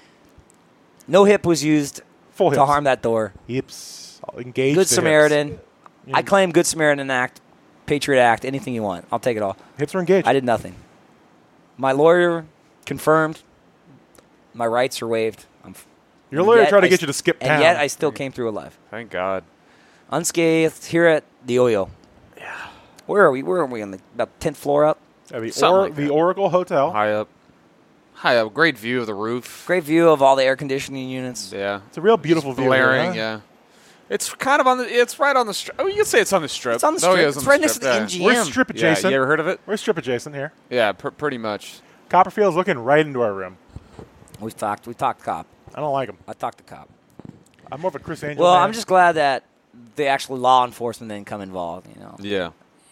[SPEAKER 1] No hip was used
[SPEAKER 4] Full
[SPEAKER 1] to
[SPEAKER 4] hips.
[SPEAKER 1] harm that door.
[SPEAKER 4] Hips all engaged.
[SPEAKER 1] Good
[SPEAKER 4] the hips.
[SPEAKER 1] Samaritan. I claim Good Samaritan Act, Patriot Act, anything you want. I'll take it all.
[SPEAKER 4] Hips are engaged.
[SPEAKER 1] I did nothing. My lawyer confirmed my rights are waived. I'm f-
[SPEAKER 4] Your lawyer
[SPEAKER 1] yet
[SPEAKER 4] tried to
[SPEAKER 1] I
[SPEAKER 4] get
[SPEAKER 1] s-
[SPEAKER 4] you to skip
[SPEAKER 1] and
[SPEAKER 4] town.
[SPEAKER 1] yet I still came through alive,
[SPEAKER 3] Thank God.
[SPEAKER 1] unscathed here at the Oyo. Yeah. Where are we? Where are we on the about tenth floor up?
[SPEAKER 4] At the,
[SPEAKER 3] Something
[SPEAKER 4] or,
[SPEAKER 3] like that.
[SPEAKER 4] the Oracle Hotel.
[SPEAKER 3] High up. High up. Great view of the roof.
[SPEAKER 1] Great view of all the air conditioning units.
[SPEAKER 3] Yeah.
[SPEAKER 4] It's a real beautiful view. there,
[SPEAKER 3] Blaring,
[SPEAKER 4] huh?
[SPEAKER 3] yeah. It's kind of on the. It's right on the strip. Oh, you could say it's on the strip.
[SPEAKER 1] It's on the
[SPEAKER 3] No,
[SPEAKER 1] strip.
[SPEAKER 3] yeah,
[SPEAKER 1] it's
[SPEAKER 3] on
[SPEAKER 1] right next to
[SPEAKER 3] strip,
[SPEAKER 1] the MGM.
[SPEAKER 3] yeah.
[SPEAKER 4] We're strip
[SPEAKER 3] Yeah,
[SPEAKER 4] adjacent.
[SPEAKER 3] you ever heard of it?
[SPEAKER 4] We're strip adjacent here.
[SPEAKER 3] Yeah, pr- pretty much.
[SPEAKER 4] Copperfield's looking right into our room.
[SPEAKER 1] We talked. We talked cop.
[SPEAKER 4] I don't like him.
[SPEAKER 1] I talked to cop.
[SPEAKER 4] I'm more of a Chris Angel.
[SPEAKER 1] Well,
[SPEAKER 4] man.
[SPEAKER 1] I'm just glad that the actual law enforcement didn't come involved. You know,
[SPEAKER 3] Yeah.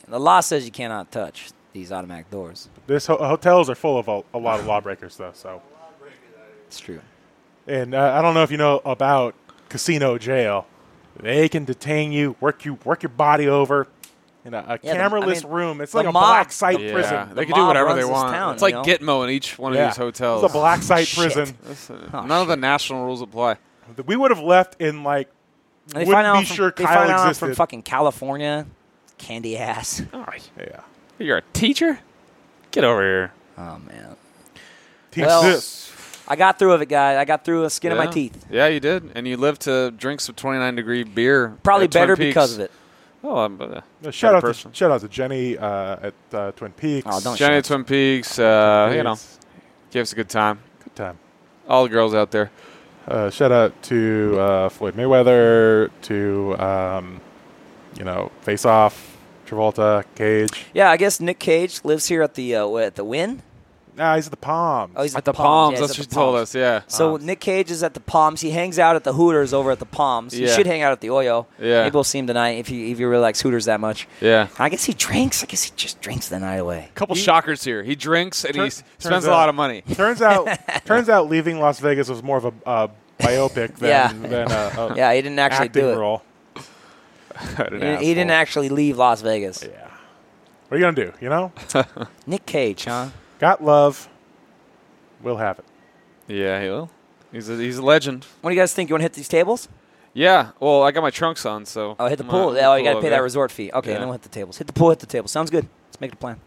[SPEAKER 1] the law says you cannot touch these automatic doors.
[SPEAKER 4] This ho- hotels are full of a, a lot of lawbreakers, though. So,
[SPEAKER 1] It's true.
[SPEAKER 4] and uh, I don't know if you know about casino jail. They can detain you, work you, work your body over in a, a
[SPEAKER 1] Yeah, the-
[SPEAKER 4] cameraless
[SPEAKER 1] I mean,
[SPEAKER 4] room. It's
[SPEAKER 1] the
[SPEAKER 4] like a
[SPEAKER 1] mob-
[SPEAKER 4] black site
[SPEAKER 3] Yeah.
[SPEAKER 4] prison.
[SPEAKER 3] They
[SPEAKER 1] The
[SPEAKER 3] can do
[SPEAKER 1] mob
[SPEAKER 3] whatever
[SPEAKER 1] runs
[SPEAKER 3] they
[SPEAKER 1] this
[SPEAKER 3] want.
[SPEAKER 1] town,
[SPEAKER 3] it's like
[SPEAKER 1] you know?
[SPEAKER 3] Gitmo in each one of
[SPEAKER 4] Yeah.
[SPEAKER 3] these hotels.
[SPEAKER 4] It's a black site
[SPEAKER 1] Shit.
[SPEAKER 4] prison.
[SPEAKER 3] That's,
[SPEAKER 1] Oh,
[SPEAKER 3] uh, None of the national rules apply.
[SPEAKER 4] We would have left in like
[SPEAKER 1] And they
[SPEAKER 4] Wouldn't
[SPEAKER 1] find out
[SPEAKER 4] be
[SPEAKER 1] I'm from,
[SPEAKER 4] sure
[SPEAKER 1] they
[SPEAKER 4] Kyle
[SPEAKER 1] find out I'm from
[SPEAKER 4] existed.
[SPEAKER 1] fucking California, candy ass.
[SPEAKER 4] yeah.
[SPEAKER 3] You're a teacher? Get over here.
[SPEAKER 1] Oh man,
[SPEAKER 4] Teach
[SPEAKER 1] Well,
[SPEAKER 4] this.
[SPEAKER 1] I got through of it, guys. I got through the skin of my
[SPEAKER 3] Yeah.
[SPEAKER 1] teeth.
[SPEAKER 3] Yeah, you did, and you lived to drink some 29 degree beer.
[SPEAKER 1] Probably
[SPEAKER 3] at Twin
[SPEAKER 1] better
[SPEAKER 3] Peaks.
[SPEAKER 1] because of it.
[SPEAKER 3] Oh, I'm, uh,
[SPEAKER 4] Uh, shout out
[SPEAKER 3] person.
[SPEAKER 4] to, shout out to Jenny uh, at uh, Twin Peaks.
[SPEAKER 1] Oh, don't-
[SPEAKER 3] Johnny at Twin Peaks. Uh, you know,
[SPEAKER 4] It's
[SPEAKER 3] gave us a good time.
[SPEAKER 4] a good time.
[SPEAKER 3] All the girls out there.
[SPEAKER 4] Uh, shout out to uh, Floyd Mayweather, to um, you know Face Off, Travolta, Cage.
[SPEAKER 1] Yeah, I guess Nick Cage lives here at the uh, what, at the Win.
[SPEAKER 4] Nah, he's at the Palms.
[SPEAKER 1] Oh, he's
[SPEAKER 3] At the
[SPEAKER 1] Palms.
[SPEAKER 3] Palms.
[SPEAKER 1] Yeah, he's
[SPEAKER 3] That's
[SPEAKER 1] at
[SPEAKER 3] what you
[SPEAKER 1] the
[SPEAKER 3] told
[SPEAKER 1] Palms.
[SPEAKER 3] us. Yeah.
[SPEAKER 1] So
[SPEAKER 4] Palms.
[SPEAKER 1] Nick Cage is at the Palms. He hangs out at the Hooters over at the Palms. He
[SPEAKER 3] Yeah.
[SPEAKER 1] should hang out at the Oyo.
[SPEAKER 3] Yeah.
[SPEAKER 1] Maybe we'll see him tonight if he if he really likes Hooters that much.
[SPEAKER 3] Yeah.
[SPEAKER 1] I guess he drinks. I guess he just drinks the night away.
[SPEAKER 3] couple shockers here. He drinks and
[SPEAKER 4] Tur-
[SPEAKER 3] he s- spends
[SPEAKER 4] turns
[SPEAKER 3] a lot
[SPEAKER 4] out-
[SPEAKER 3] of money.
[SPEAKER 4] turns out, turns out, leaving Las Vegas was more of a uh, biopic than,
[SPEAKER 1] Yeah.
[SPEAKER 4] than a, a
[SPEAKER 1] Yeah, he didn't actually
[SPEAKER 4] acting
[SPEAKER 1] do it.
[SPEAKER 4] role.
[SPEAKER 3] What
[SPEAKER 1] He
[SPEAKER 3] an
[SPEAKER 1] didn't, he didn't
[SPEAKER 3] asshole.
[SPEAKER 1] actually leave Las Vegas.
[SPEAKER 4] Yeah. What are you gonna do? You know,
[SPEAKER 1] Nick Cage, huh?
[SPEAKER 4] got love. We'll have it.
[SPEAKER 3] Yeah, he will. He's a, he's a legend.
[SPEAKER 1] What do you guys think? You want to hit these tables?
[SPEAKER 3] Yeah. Well, I got my trunks on, so.
[SPEAKER 1] Oh, hit the
[SPEAKER 3] I'm
[SPEAKER 1] pool.
[SPEAKER 3] gonna-
[SPEAKER 1] Oh, you got to
[SPEAKER 3] pool
[SPEAKER 1] pay
[SPEAKER 3] over.
[SPEAKER 1] that resort fee. Okay,
[SPEAKER 3] Yeah.
[SPEAKER 1] then we'll hit the tables. Hit the pool, hit the table. Sounds good. Let's make it a plan.